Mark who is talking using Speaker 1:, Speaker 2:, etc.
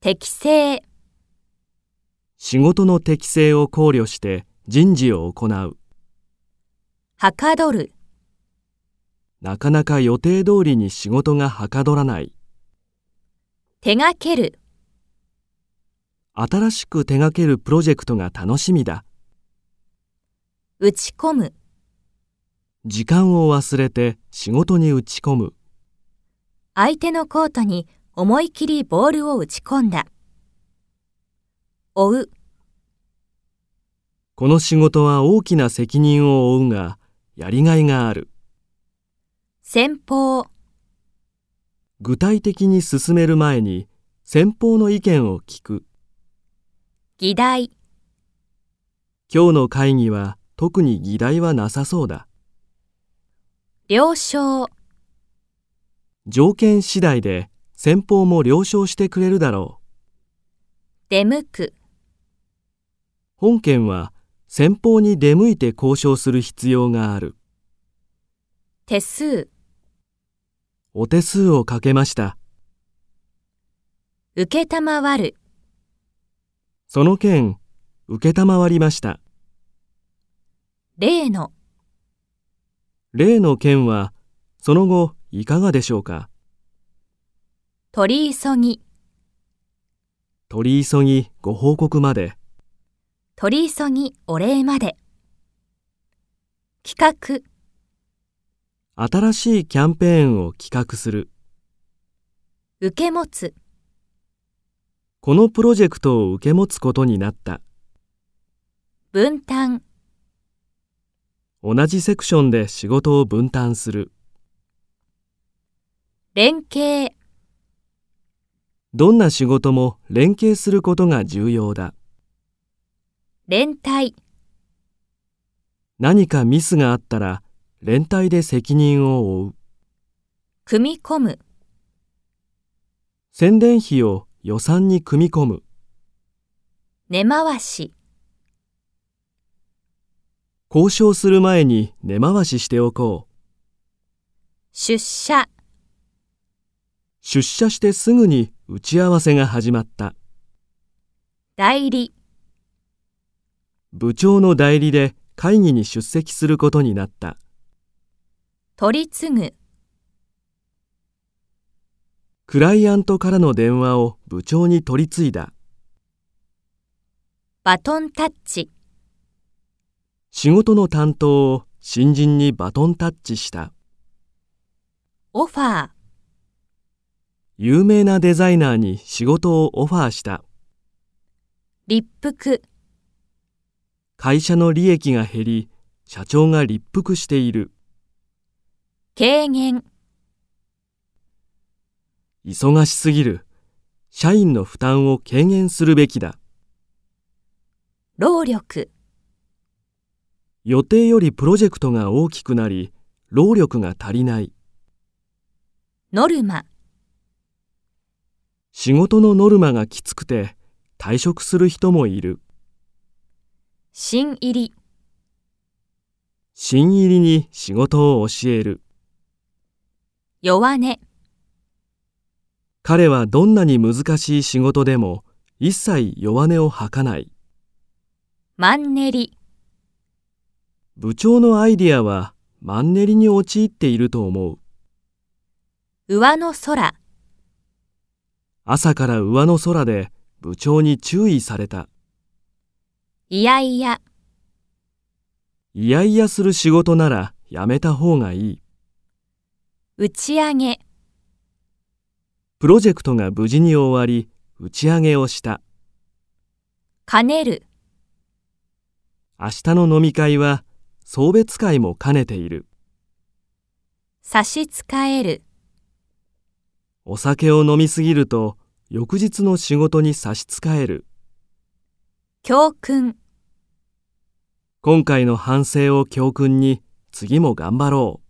Speaker 1: 適正、
Speaker 2: 仕事の適性を考慮して人事を行う。
Speaker 1: はかどる、
Speaker 2: なかなか予定通りに仕事がはかどらない。
Speaker 1: 手がける、
Speaker 2: 新しく手掛けるプロジェクトが楽しみだ。
Speaker 1: 打ち込む、
Speaker 2: 時間を忘れて仕事に打ち込む。
Speaker 1: 相手のコートに思い切りボールを打ち込んだ。追う、
Speaker 2: この仕事は大きな責任を負うが、やりがいがある。
Speaker 1: 先方、
Speaker 2: 具体的に進める前に先方の意見を聞く。
Speaker 1: 議題、
Speaker 2: 今日の会議は特に議題はなさそうだ。
Speaker 1: 了承、
Speaker 2: 条件次第で先方も了承してくれるだろう。
Speaker 1: 出向く、
Speaker 2: 本件は先方に出向いて交渉する必要がある。
Speaker 1: 手数、
Speaker 2: お手数をかけました。
Speaker 1: 受けたまわる、
Speaker 2: その件、受けたまわりました。
Speaker 1: 例の、
Speaker 2: 例の件は、その後、いかがでしょうか
Speaker 1: 取り急ぎ、
Speaker 2: 取り急ぎご報告まで。
Speaker 1: 取り急ぎお礼まで。企画、
Speaker 2: 新しいキャンペーンを企画する。
Speaker 1: 受け持つ、
Speaker 2: このプロジェクトを受け持つことになった。
Speaker 1: 分担、
Speaker 2: 同じセクションで仕事を分担する。
Speaker 1: 連携、
Speaker 2: どんな仕事も連携することが重要だ。
Speaker 1: 連帯、
Speaker 2: 何かミスがあったら、連帯で責任を負う。
Speaker 1: 組み込む、
Speaker 2: 宣伝費を予算に組み込む。
Speaker 1: 根回し、
Speaker 2: 交渉する前に根回ししておこう。
Speaker 1: 出社、
Speaker 2: 出社してすぐに打ち合わせが始まった。
Speaker 1: 代理、
Speaker 2: 部長の代理で会議に出席することになった。
Speaker 1: 取り次ぐ、
Speaker 2: クライアントからの電話を部長に取り継いだ。
Speaker 1: バトンタッチ、
Speaker 2: 仕事の担当を新人にバトンタッチした。
Speaker 1: オファー、
Speaker 2: 有名なデザイナーに仕事をオファーした。
Speaker 1: 立腹、
Speaker 2: 会社の利益が減り、社長が立腹している。
Speaker 1: 軽減、
Speaker 2: 忙しすぎる。社員の負担を軽減するべきだ。
Speaker 1: 労力、
Speaker 2: 予定よりプロジェクトが大きくなり、労力が足りない。
Speaker 1: ノルマ、
Speaker 2: 仕事のノルマがきつくて、退職する人もいる。
Speaker 1: 新入り、
Speaker 2: 新入りに仕事を教える。
Speaker 1: 弱音、
Speaker 2: 彼はどんなに難しい仕事でも、一切弱音を吐かない。
Speaker 1: マンネリ、
Speaker 2: 部長のアイディアは、マンネリに陥っていると思う。
Speaker 1: 上の空、
Speaker 2: 朝から上の空で、部長に注意された。
Speaker 1: いやいや、
Speaker 2: いやいやする仕事なら、やめた方がいい。
Speaker 1: 打ち上げ、
Speaker 2: プロジェクトが無事に終わり、打ち上げをした。
Speaker 1: 兼ねる、
Speaker 2: 明日の飲み会は送別会も兼ねている。
Speaker 1: 差し支える、
Speaker 2: お酒を飲みすぎると翌日の仕事に差し支える。
Speaker 1: 教訓、
Speaker 2: 今回の反省を教訓に次も頑張ろう。